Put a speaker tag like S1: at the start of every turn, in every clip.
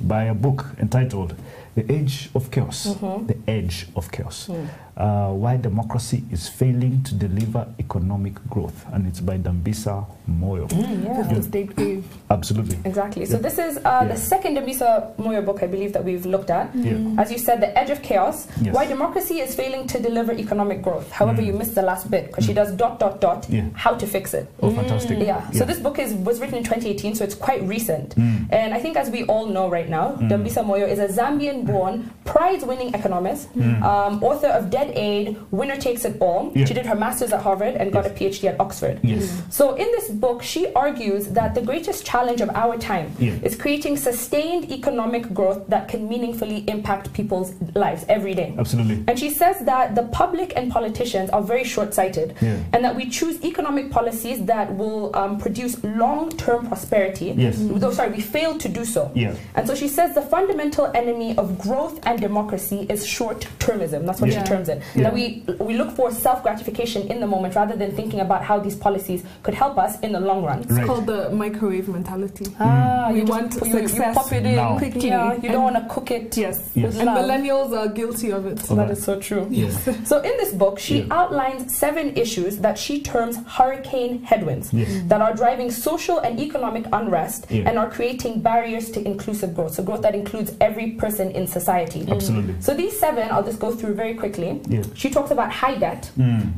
S1: by a book entitled The Age of Chaos.
S2: Mm-hmm.
S1: The Edge of Chaos. Uh, why democracy is failing to deliver economic growth. And it's by Dambisa Moyo.
S2: Yeah.
S1: Yeah.
S2: State gave.
S1: Absolutely.
S2: Exactly. So
S1: Yeah.
S2: this is uh,
S1: Yeah.
S2: the second Dambisa Moyo book I believe that we've looked at.
S1: Yeah.
S2: As you said, The Edge of Chaos,
S1: Yes. Mm.
S2: Why Democracy is Failing to Deliver Economic Growth. However, you missed the last bit because she does dot, dot, dot,
S1: Yeah.
S2: how to fix it.
S1: Oh, fantastic.
S2: Mm-hmm. Yeah. So this book is was written in 2018, so it's quite recent.
S1: Mm.
S2: And I think, as we all know right now, Dambisa Moyo is a Zambian-born, prize-winning economist, um, author of Dead Aid, Winner Takes It All.
S1: Mm. Yeah.
S2: She did her master's at Harvard and got a PhD at Oxford.
S1: Yes.
S2: So in this book, she argues that the greatest challenge of our time
S1: Yeah.
S2: is creating sustained economic growth that can meaningfully impact people's lives every day.
S1: Absolutely.
S2: And she says that the public and politicians are very short sighted
S1: Yeah.
S2: and that we choose economic policies that will um, produce long term prosperity.
S1: Yes.
S2: Though, sorry, we fail to do so.
S1: Yeah.
S2: And so she says the fundamental enemy of growth and democracy is short termism. That's what
S3: Yeah.
S2: she terms it.
S1: Yeah.
S2: That we, we look for self gratification in the moment rather than thinking about how these policies could help us in the long run.
S3: It's
S1: Right.
S3: called the microwave mentality.
S2: Ah,
S3: We
S2: you just-
S3: want
S2: you- you
S3: success
S2: pop it in
S1: now.
S3: quickly.
S2: Yeah, you don't want
S3: And-
S2: to cook it.
S3: Yes.
S1: Yes.
S2: with
S3: And
S2: love.
S3: millennials are guilty of it.
S1: Of
S2: That
S1: it.
S2: is so true.
S1: Yes.
S2: So in this book, she
S1: Yeah.
S2: outlines seven issues that she terms hurricane headwinds
S1: Yes.
S2: that are driving social and economic unrest
S1: Yeah.
S2: and are creating barriers to inclusive growth. So growth that includes every person in society.
S1: Absolutely.
S2: So these seven, I'll just go through very quickly.
S1: Yeah. Mm.
S2: She talks about high debt,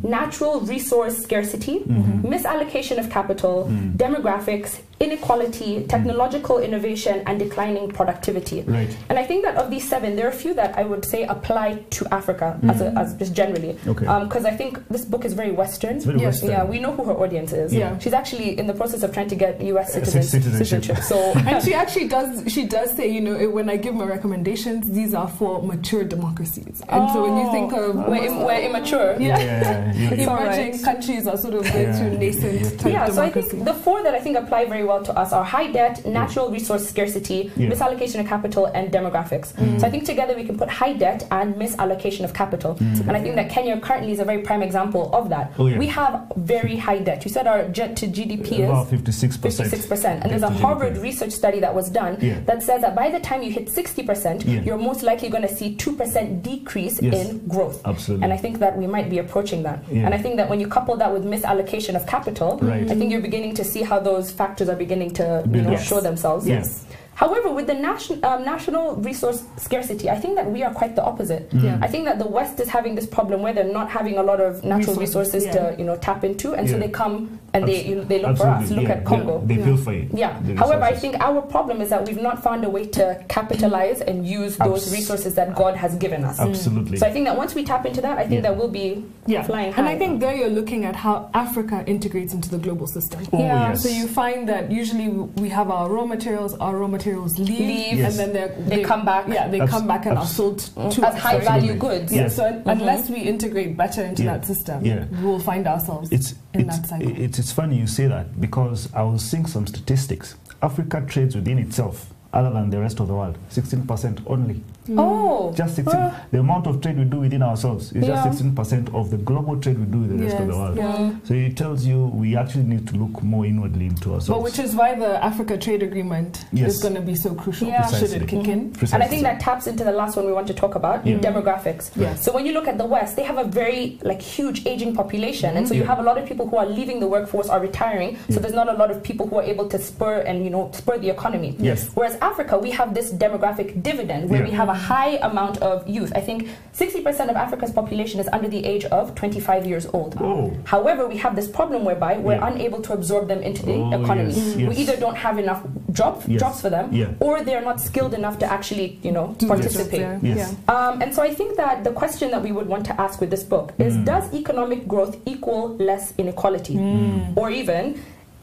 S2: natural resource scarcity,
S1: Mm-hmm.
S2: misallocation of capital,
S1: Mm.
S2: demographics, inequality, technological innovation, and declining productivity.
S1: Right.
S2: And I think that of these seven, there are a few that I would say apply to Africa as,
S3: Hmm.
S2: a, as just generally.
S1: Okay.
S2: Because I think this book is very Western.
S1: It's very
S3: Yes,
S1: Western.
S2: Yeah, we know who her audience is.
S3: Yeah.
S2: She's actually in the process of trying to get US citizens,
S1: citizenship.
S2: citizenship. So
S3: and she actually does. She does say, you know, eh, when I give my recommendations, these are for mature democracies. And so when you think of
S2: we're, Oh. im- we're immature.
S1: yeah,
S3: Yeah.
S1: yeah, yeah.
S2: It's all
S3: emerging
S2: right.
S3: countries are sort of going
S1: Yeah.
S3: to nascent
S1: Yeah.
S3: type
S2: yeah, so I
S3: democracy.
S2: think the four that I think apply very well to us are high debt, natural resource scarcity,
S1: Yeah. Mm.
S2: misallocation of capital, and demographics. So I think together we can put high debt and misallocation of capital. And I think that Kenya currently is a very prime example of that.
S1: Mm. Oh, yeah.
S2: We have very high debt. You said our debt to GDP is.
S1: About 56%.
S2: 56%. And there's
S1: Debt to
S2: a
S1: GDP.
S2: Harvard research study that was done
S1: Yeah.
S2: that says that by the time you hit 60%,
S1: Yeah.
S2: you're most likely going to see 2% decrease
S1: Yes.
S2: in growth.
S1: Absolutely.
S2: And I think that we might be approaching that.
S1: Yeah.
S2: And I think that when you couple that with misallocation of capital,
S1: Right.
S2: I think you're beginning to see how those factors are beginning to you
S1: Build
S2: know,
S1: up.
S2: show themselves.
S1: Yeah. Yes.
S2: However, with the nation, um, national resource scarcity, I think that we are quite the opposite.
S1: Mm.
S3: Yeah.
S2: I think that the West is having this problem where they're not having a lot of natural
S3: Resources,
S2: resources
S3: yeah.
S2: to you know tap into, and so
S1: Yeah.
S2: they come and they
S1: Abs-
S2: you know, they look for us.
S1: Absolutely,
S2: Look
S1: yeah,
S2: at Congo.
S1: Yeah. They
S3: Yeah.
S1: build for it.
S2: Yeah.
S1: the
S2: However, I
S1: resources.
S2: think our problem is that we've not found a way to capitalize and use those
S1: Abs-
S2: resources that God has given us.
S1: Absolutely.
S2: So I think that once we tap into that, I think
S1: Yeah.
S2: that we'll be
S3: yeah.
S2: flying high.
S3: and I think there you're looking at how Africa integrates into the global system.
S1: Oh,
S2: yeah,
S1: yes.
S3: So you find that usually we have our raw materials, our raw materials leave,
S2: Leave.
S1: Yes.
S3: and then they're,
S2: They come back. Mm, Mm-hmm.
S3: Yeah, they
S1: Abs-
S3: come back and
S1: abs-
S3: are sold to
S2: as
S3: us,
S2: high
S3: right?
S2: value
S1: Absolutely.
S2: goods.
S1: Yeah.
S3: Yeah, so un-
S2: Mhm.
S3: unless we integrate better into
S1: Yeah.
S3: that system,
S1: Yeah.
S3: we'll find ourselves
S1: it's,
S3: in
S1: it's,
S3: that cycle.
S1: It's, it's funny you say that because I was seeing some statistics. Africa trades within itself, other than the rest of the world, 16% only.
S2: Oh,
S1: Just 16. the amount of trade we do within ourselves is
S2: Yeah.
S1: just 16% of the global trade we do with the rest of the
S3: Yes,
S1: world.
S3: yeah.
S1: So it tells you we actually need to look more inwardly into ourselves.
S3: But which is why the Africa Trade Agreement
S1: Yes.
S3: is going to be so crucial.
S2: Yeah.
S3: Should
S1: Precisely.
S3: it kick in?
S2: and I
S1: Precisely.
S2: think that taps into the last one we want to talk about
S1: Yeah.
S2: demographics.
S3: Yes.
S2: So when you look at the West, they have a very like huge aging population, and so you
S1: Yeah.
S2: have a lot of people who are leaving the workforce or retiring. So there's not a lot of people who are able to spur and you know spur the economy.
S1: Yes.
S2: Whereas Africa, we have this demographic dividend where
S1: Yeah.
S2: we have a high amount of youth. I think 60% of Africa's population is under the age of 25 years old.
S1: Oh.
S2: However, we have this problem whereby we're
S1: Yeah.
S2: unable to absorb them into the
S1: Oh,
S2: economy.
S1: yes,
S2: We
S1: yes.
S2: either don't have enough job,
S1: Yes.
S2: jobs for them,
S1: Yeah.
S2: or they're not skilled enough to actually, you know,
S3: Do the jobs
S2: Mm-hmm. participate.
S3: there.
S1: Yes.
S2: Um, and so I think that the question that we would want to ask with this book is
S1: Mm.
S2: Does economic growth equal less inequality?
S3: Mm.
S2: Or even,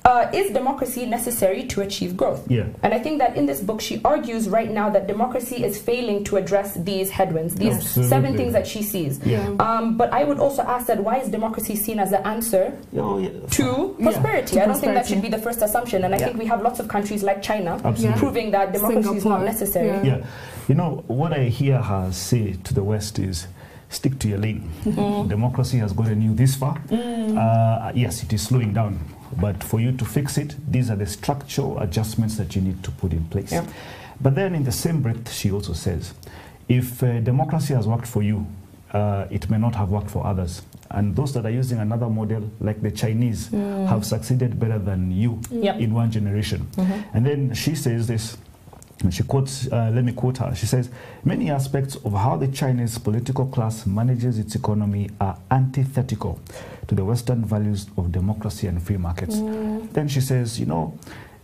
S2: uh, is democracy necessary to achieve growth?
S1: Yeah.
S2: And I think that in this book, she argues right now that democracy is failing to address these headwinds, these
S1: Absolutely.
S2: seven things that she sees.
S1: Yeah.
S2: Um, but I would also ask that why is democracy seen as the answer
S1: Oh, yeah.
S2: to
S3: Yeah,
S2: prosperity.
S3: to
S2: I don't think that
S3: prosperity.
S2: should be the first assumption. And I
S1: Yeah.
S2: think we have lots of countries like China
S1: Absolutely.
S2: proving that democracy is not
S3: Singapore.
S2: necessary.
S3: Yeah.
S1: Yeah. You know, what I hear her say to the West is stick to your lane. Democracy has gotten you this far. Uh, yes, it is slowing down. But for you to fix it, these are the structural adjustments that you need to put in place.
S2: Yeah.
S1: But then in the same breath, she also says, if uh, democracy has worked for you, uh, it may not have worked for others. And those that are using another model, like the Chinese, have succeeded better than you
S2: Yep.
S1: in one generation. And then she says this, and she quotes, uh, let me quote her. She says, Many aspects of how the Chinese political class manages its economy are antithetical to the Western values of democracy and free markets.
S2: Mm.
S1: Then she says, You know,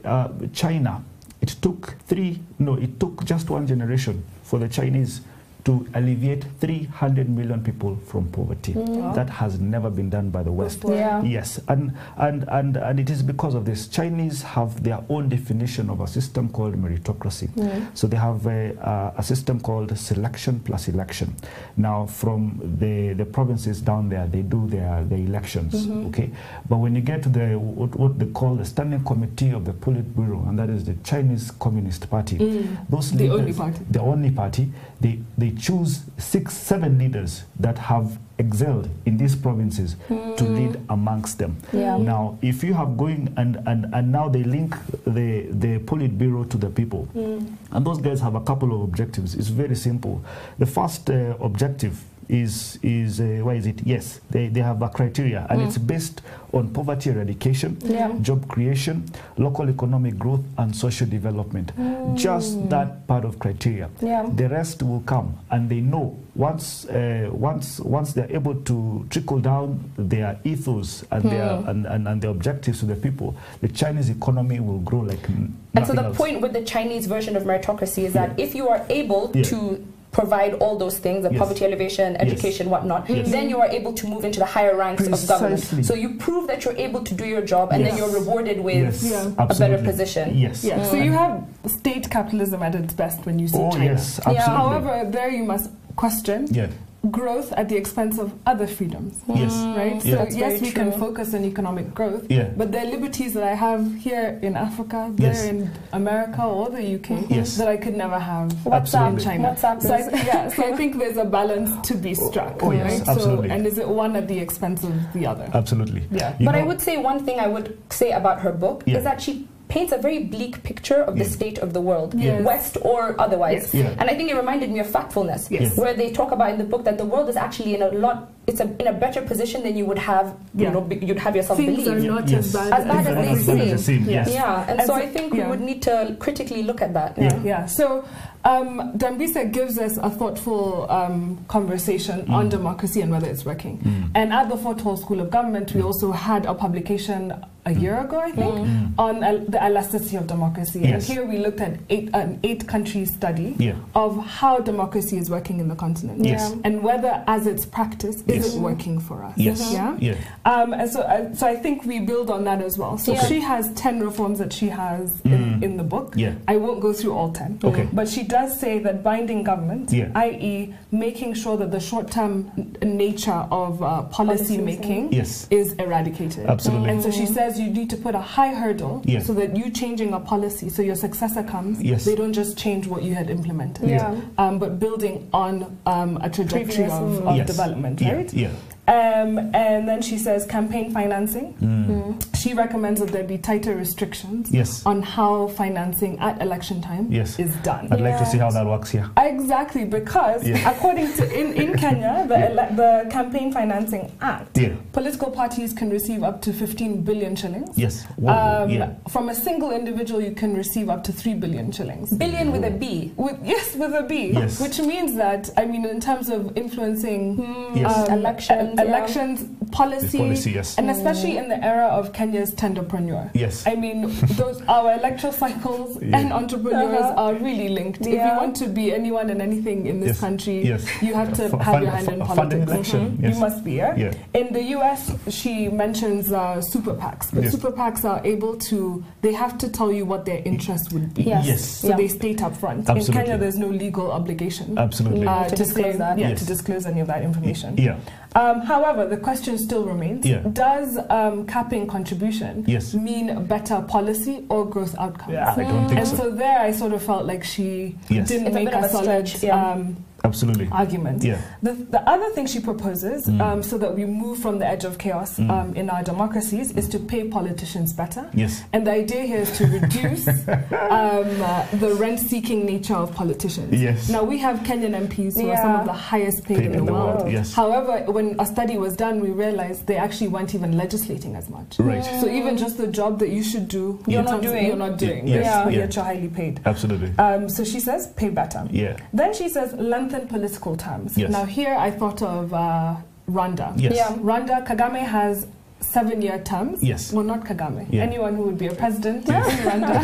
S1: uh, China, it took three, no, it took just one generation for the Chinese to alleviate 300 million people from poverty.
S2: Mm.
S1: That has never been done by the West.
S2: Yeah.
S1: Yes, and, and, and, and it is because of this. Chinese have their own definition of a system called meritocracy. So they have a, uh, a system called selection plus election. Now, from the, the provinces down there, they do their, their elections,
S3: Mm-hmm.
S1: okay? But when you get to the what, what they call the Standing Committee of the Politburo, and that is the Chinese Communist Party, those
S3: Mm. The only
S1: leaders-
S3: party.
S1: the only party, they, they choose six, seven leaders that have excelled in these provinces to lead amongst them.
S2: Yeah.
S1: Now, if you have going and, and, and now they link the, the Politburo to the people, and those guys have a couple of objectives. It's very simple. The first uh, objective is, is uh, why is it? Yes, they, they have a criteria, and it's based on poverty eradication,
S2: Yeah.
S1: job creation, local economic growth, and social development. Just that part of criteria.
S2: Yeah.
S1: The rest will come, and they know once uh, once once they're able to trickle down their ethos and
S2: Hmm.
S1: their and, and, and their objectives to the people, the Chinese economy will grow like. n-
S2: And so
S1: nothing
S2: the
S1: else.
S2: point with the Chinese version of meritocracy is that if you are able
S1: Yeah.
S2: to provide all those things, the
S1: Yes.
S2: poverty elevation,
S1: Yes.
S2: education, whatnot,
S1: Yes.
S2: then you are able to move into the higher ranks of
S1: Precisely.
S2: government. So you prove that you're able to do your job and then
S1: Yes.
S2: you're rewarded with
S1: yes,
S3: Yeah. a better
S1: absolutely.
S2: position.
S1: Yes.
S3: Yeah. So you have state capitalism at its best when you see
S1: Oh
S3: China.
S1: yes,
S2: Yeah,
S1: absolutely.
S3: However, there you must question
S1: yeah.
S3: growth at the expense of other freedoms.
S1: Yes.
S3: Right?
S1: Mm. Yeah.
S2: Mm. That's
S3: So yes,
S2: very
S3: we can
S2: true.
S3: focus on economic growth.
S1: Yeah.
S3: But there are liberties that I have here in Africa, there
S1: Yes.
S3: in America or the UK
S1: Yes.
S3: that I could never have
S2: What's
S1: Absolutely.
S2: um, up?
S3: in China.
S2: What's up?
S3: So I, yeah, so I think there's a balance to be struck.
S1: oh, yes,
S3: right?
S1: absolutely. Uh,
S3: So, and is it one at the expense of the other?
S1: Absolutely.
S3: Yeah.
S1: You
S2: but I
S1: know-
S2: would say one thing I would say about her book
S1: Yeah.
S2: is that she paints a very bleak picture of the
S1: Yeah.
S2: state of the world,
S3: Yes.
S2: West or otherwise.
S1: Yes. Yeah.
S2: And I think it reminded me of Factfulness,
S1: Yes.
S2: where they talk about in the book that the world is actually in a lot, it's a, in a better position than you would have,
S3: Yeah.
S2: you know, be, you'd have yourself
S3: Things are
S2: believe.
S3: not
S1: Yes.
S3: as bad
S2: As bad
S1: Things
S2: as
S1: are not
S2: they
S1: bad
S2: seem.
S1: as they seem.
S3: Yeah.
S1: Yes.
S2: Yeah, and
S3: As
S2: so
S3: a-
S2: I think
S3: yeah.
S2: we would need to critically look at that.
S1: Yeah.
S3: Yeah. So um, Dambisa gives us a thoughtful um, conversation
S1: Mm.
S3: on democracy and whether it's working. And at the Fort Hall School of Government, we also had a publication a year ago, I think,
S2: Mm.
S1: Mm.
S3: on el- the elasticity of democracy.
S1: Yes.
S3: And here we looked at eight, an eight-country study
S1: Yeah.
S3: of how democracy is working in the continent.
S1: Yes.
S3: And whether, as it's practiced, is
S1: Yes.
S3: it working for us?
S1: Yes.
S3: Yeah.
S2: Mm-hmm.
S1: Yeah.
S3: Um, and so, uh, so I think we build on that as well. So
S2: Yeah.
S3: she has 10 reforms that she has
S1: Mm.
S3: in, in the book.
S1: Yeah.
S3: I won't go through all 10.
S1: Okay.
S3: But she does say that binding government,
S1: Yeah.
S3: i.e., making sure that the short term n- nature of uh, policy
S2: Policy
S3: making
S1: Yes.
S3: is eradicated.
S1: Absolutely.
S3: And so she says you need to put a high hurdle
S1: Yeah.
S3: so that you changing a policy, so your successor comes,
S1: Yes.
S3: they don't just change what you had implemented,
S2: Yeah.
S3: um, but building on um, a trajectory
S2: Previous
S3: of,
S2: move.
S3: of
S1: yes.
S3: development,
S1: Yeah.
S3: right?
S1: Yeah.
S3: Um, and then she says campaign financing.
S2: Mm.
S3: She recommends that there be tighter restrictions
S1: Mm. Yes.
S3: on how financing at election time
S1: Yes.
S3: is done.
S1: I'd like to see
S2: Yeah.
S1: how that works here.
S3: Exactly, because
S1: Yeah.
S3: according to in, in Kenya, the, ele- the Campaign Financing Act,
S1: Yeah.
S3: political parties can receive up to 15 billion shillings.
S1: Yes. Whoa,
S3: Um,
S1: yeah.
S3: From a single individual, you can receive up to 3 billion shillings.
S2: Billion with a B.
S3: With, yes, with a B.
S1: Yes.
S3: Which means that, I mean, in terms of influencing
S2: Mm.
S1: Yes.
S2: Elections,
S3: e-
S2: yeah.
S3: elections policy,
S1: policy, yes.
S3: and especially in the era of Kenya's tenderpreneur.
S1: Yes.
S3: I mean, those our electoral cycles
S1: Yeah.
S3: and entrepreneurs
S2: Uh-huh.
S3: are really linked. If you
S2: Yeah.
S3: want to be anyone and anything in this
S1: Yes.
S3: country,
S1: Yes.
S3: you have to
S1: F-
S3: have
S1: fund-
S3: your hand in
S1: f-
S3: politics. Mm-hmm.
S1: fund an election, Mhm. yes.
S3: You must be. Yeah?
S1: Yeah.
S3: In the U.S., she mentions uh, super PACs, but
S1: Yes.
S3: super PACs are able to. They have to tell you what their interest would be.
S2: Yes.
S1: Yes.
S3: So
S2: Yeah.
S3: they state up front. In
S1: Absolutely.
S3: Kenya, there's no legal obligation
S1: Absolutely.
S3: uh,
S2: To
S3: to,
S2: disclose
S3: say-
S2: that.
S3: Yeah,
S1: Yes.
S3: to disclose any of that information.
S1: yeah.
S3: Um, however, the question still remains:
S1: Yeah.
S3: Does um, capping contribution
S1: Yes.
S3: mean better policy or growth outcomes?
S1: Yeah. I don't think
S3: And
S1: so.
S3: so there, I sort of felt like she
S1: Yes.
S3: didn't
S2: It's a
S3: make
S2: bit of
S3: a,
S2: a
S3: solid
S2: stretch, yeah.
S3: um,
S1: Absolutely.
S3: argument.
S1: Yeah. Mm.
S3: The, the other thing she proposes, um, so that we move from the edge of chaos um, in our democracies, is to pay politicians better.
S1: Yes.
S3: And the idea here is to reduce um, uh, the rent seeking nature of politicians.
S1: Yes.
S3: Now, we have Kenyan MPs who are some
S2: Yeah.
S3: of the highest paid, in, the world.
S1: yes.
S3: However, when a study was done, we realized they actually weren't even legislating as much.
S1: Right.
S3: So, even just the job that you should do,
S2: You're
S3: in
S2: not
S3: terms of-
S2: doing.
S3: You're not doing.
S1: Yes,
S3: Yeah.
S1: yeah.
S3: Yet you're highly paid.
S1: Absolutely.
S3: Um, so, she says, pay better.
S1: Yeah.
S3: Then she says lengthen political terms.
S1: Yes.
S3: Now here I thought of uh, Rwanda. Um,
S1: Yes.
S2: Yeah.
S3: Rwanda Kagame has seven-year terms.
S1: Yes.
S3: Well, not Kagame.
S1: Yeah.
S3: Anyone who would be a president in Rwanda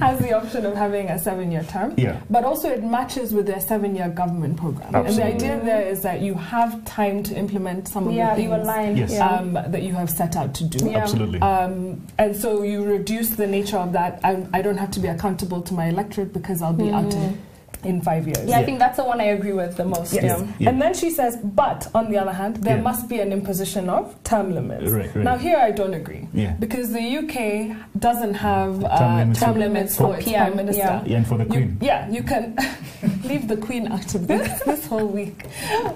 S3: has the option of having a seven-year term.
S1: Yeah.
S3: But also it matches with their seven-year government program.
S1: Absolutely.
S3: And the idea there is that you have time to implement some of
S2: Yeah,
S3: the
S2: you
S3: things
S2: align.
S1: Yes.
S2: Yeah.
S3: um, that you have set out to do.
S2: Yeah.
S1: Absolutely.
S3: Um, and so you reduce the nature of that. I, I don't have to be accountable to my electorate because I'll be out
S2: Mm.
S3: in, in five years.
S2: Hmm. yeah, I
S1: Yeah.
S2: think that's the one I agree with the most.
S3: Yes.
S2: Yeah.
S1: Yeah.
S3: And then she says, but on the other hand, there
S1: Yeah.
S3: must be an imposition of term limits.
S1: Right, right.
S3: Now, here I don't agree.
S1: Yeah.
S3: Because the UK doesn't have uh,
S1: Term
S3: term,
S1: limits
S3: limits,
S1: for-
S3: for,
S2: for
S3: its
S2: PM,
S3: prime minister.
S2: yeah.
S1: yeah, and for the
S3: You-
S1: Queen.
S3: yeah, you can leave the Queen out of this this whole week.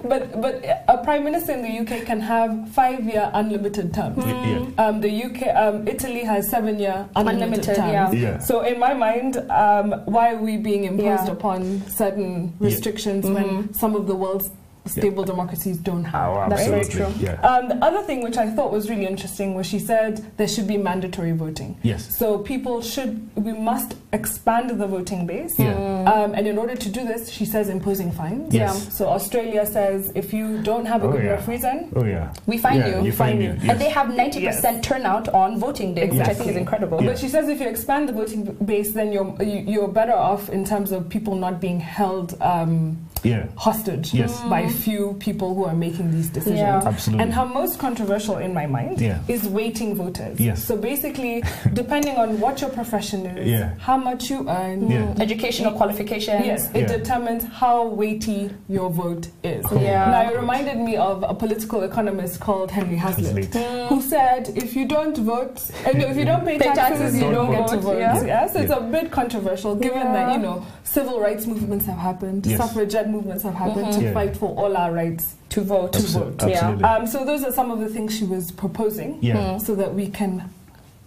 S3: But but a prime minister in the UK can have five year unlimited terms.
S1: Y- yeah.
S3: Um, the UK, um, Italy has seven year unlimited,
S2: Unlimited,
S3: terms.
S2: yeah.
S1: Yeah.
S3: So in my mind, um, why are we being imposed
S2: Yeah.
S3: upon certain
S1: Yeah. Mm-hmm.
S3: restrictions when some of the world's stable democracies don't have?
S1: Oh,
S2: That's very
S1: absolutely.
S2: true.
S1: Yeah.
S3: Um, the other thing which I thought was really interesting was she said there should be mandatory voting.
S1: Yes.
S3: So people should, we must expand the voting base.
S1: Yeah.
S3: Um, and in order to do this, she says imposing fines.
S1: Yes.
S3: Yeah. So Australia says if you don't have a
S1: Oh,
S3: good
S1: yeah.
S3: enough reason,
S1: Oh yeah.
S2: We find
S1: yeah,
S2: you.
S1: You find you.
S2: And they have 90%
S3: Yes.
S2: turnout on voting day, which I think
S3: Exactly.
S2: is incredible.
S1: Yeah.
S3: But she says if you expand the voting b- base, then you're you- you're better off in terms of people not being held um,
S1: yeah.
S3: hostage
S1: Yes.
S3: by few people who are making these decisions.
S2: Yeah.
S1: Absolutely.
S3: Uh, And her most controversial in my mind
S1: Yeah.
S3: is waiting voters.
S1: Yes.
S3: So basically, depending on what your profession is,
S1: Yeah.
S3: how much you earn,
S1: Yeah.
S2: Educational qualifications.
S3: yes, it
S1: Yeah.
S3: determines how weighty your vote is.
S1: Cool.
S2: Yeah.
S3: Now, it reminded me of a political economist called Henry
S1: It's
S3: Hazlitt,
S1: late.
S3: who said, if you don't vote, and if you don't Mm. pay,
S2: Pay
S3: taxes,
S2: taxes,
S3: you
S1: don't
S3: don't, get
S1: vote.
S3: to vote.
S2: Yeah.
S3: Yes, it's a bit controversial given that, you know, civil rights movements have happened,
S1: Yes.
S3: suffragette movements have happened to
S1: Yeah.
S3: fight for all our rights to vote. Mm-hmm. To
S1: Abso-
S3: vote.
S1: Absolutely.
S3: Um, so those are some of the things she was proposing
S1: Yeah.
S3: so that we can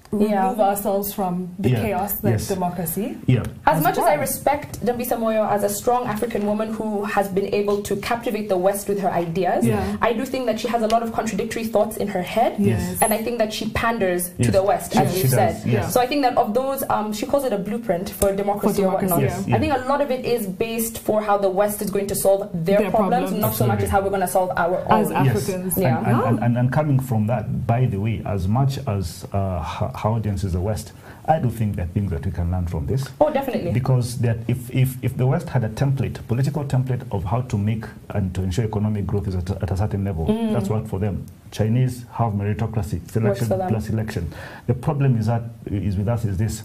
S3: remove
S2: Yeah.
S3: ourselves from the
S1: Yeah.
S3: chaos that
S1: Yes.
S3: is democracy.
S1: Yeah.
S2: As
S3: As
S2: much as I
S3: well.
S2: respect Dambisa Moyo as a strong African woman who has been able to captivate the West with her ideas,
S3: Yeah.
S2: I do think that she has a lot of contradictory thoughts in her head.
S1: Yes.
S2: And I think that she panders
S1: Yes.
S2: to the West,
S1: She-
S2: as
S1: she
S2: you
S1: does,
S2: said.
S1: yes.
S2: So I think that of those, um, she calls it a blueprint for democracy,
S3: For
S2: or whatnot.
S3: democracy, Yes,
S1: yeah.
S2: I think a lot of it is based for how the West is going to solve their,
S3: Their
S2: problems,
S3: problems.
S2: not so much
S1: Absolutely.
S2: as how we're going to solve our
S3: As
S2: own.
S3: Af-
S1: Yes.
S3: Africans.
S1: And-
S2: Yeah.
S1: And, and, and, and coming from that, by the way, as much as uh, her her audience is the West, I do think there are things that we can learn from this.
S2: oh, definitely.
S1: Because that if, if, if the West had a template, political template of how to make and to ensure economic growth is at, a- at a certain level, that's worked for them. Chinese have meritocracy, selection
S2: Mm. for them.
S1: plus election. The problem is that is with us is this: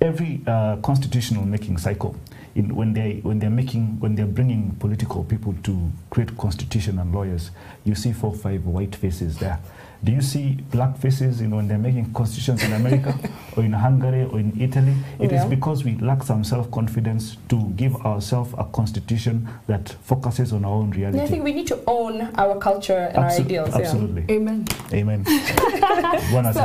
S1: every uh, constitutional making cycle, in, when they when they're making when they're bringing political people to create constitution and lawyers, you see four five white faces there. Do you see black faces you know, when they're making constitutions in America or in Hungary or in Italy? It is
S2: Yeah.
S1: because we lack some self confidence to give ourselves a constitution that focuses on our own
S2: And I
S1: reality.
S2: think we need to own our culture and our
S1: Abso-
S2: ideals. yeah.
S1: absolutely.
S3: Amen.
S1: Amen. One has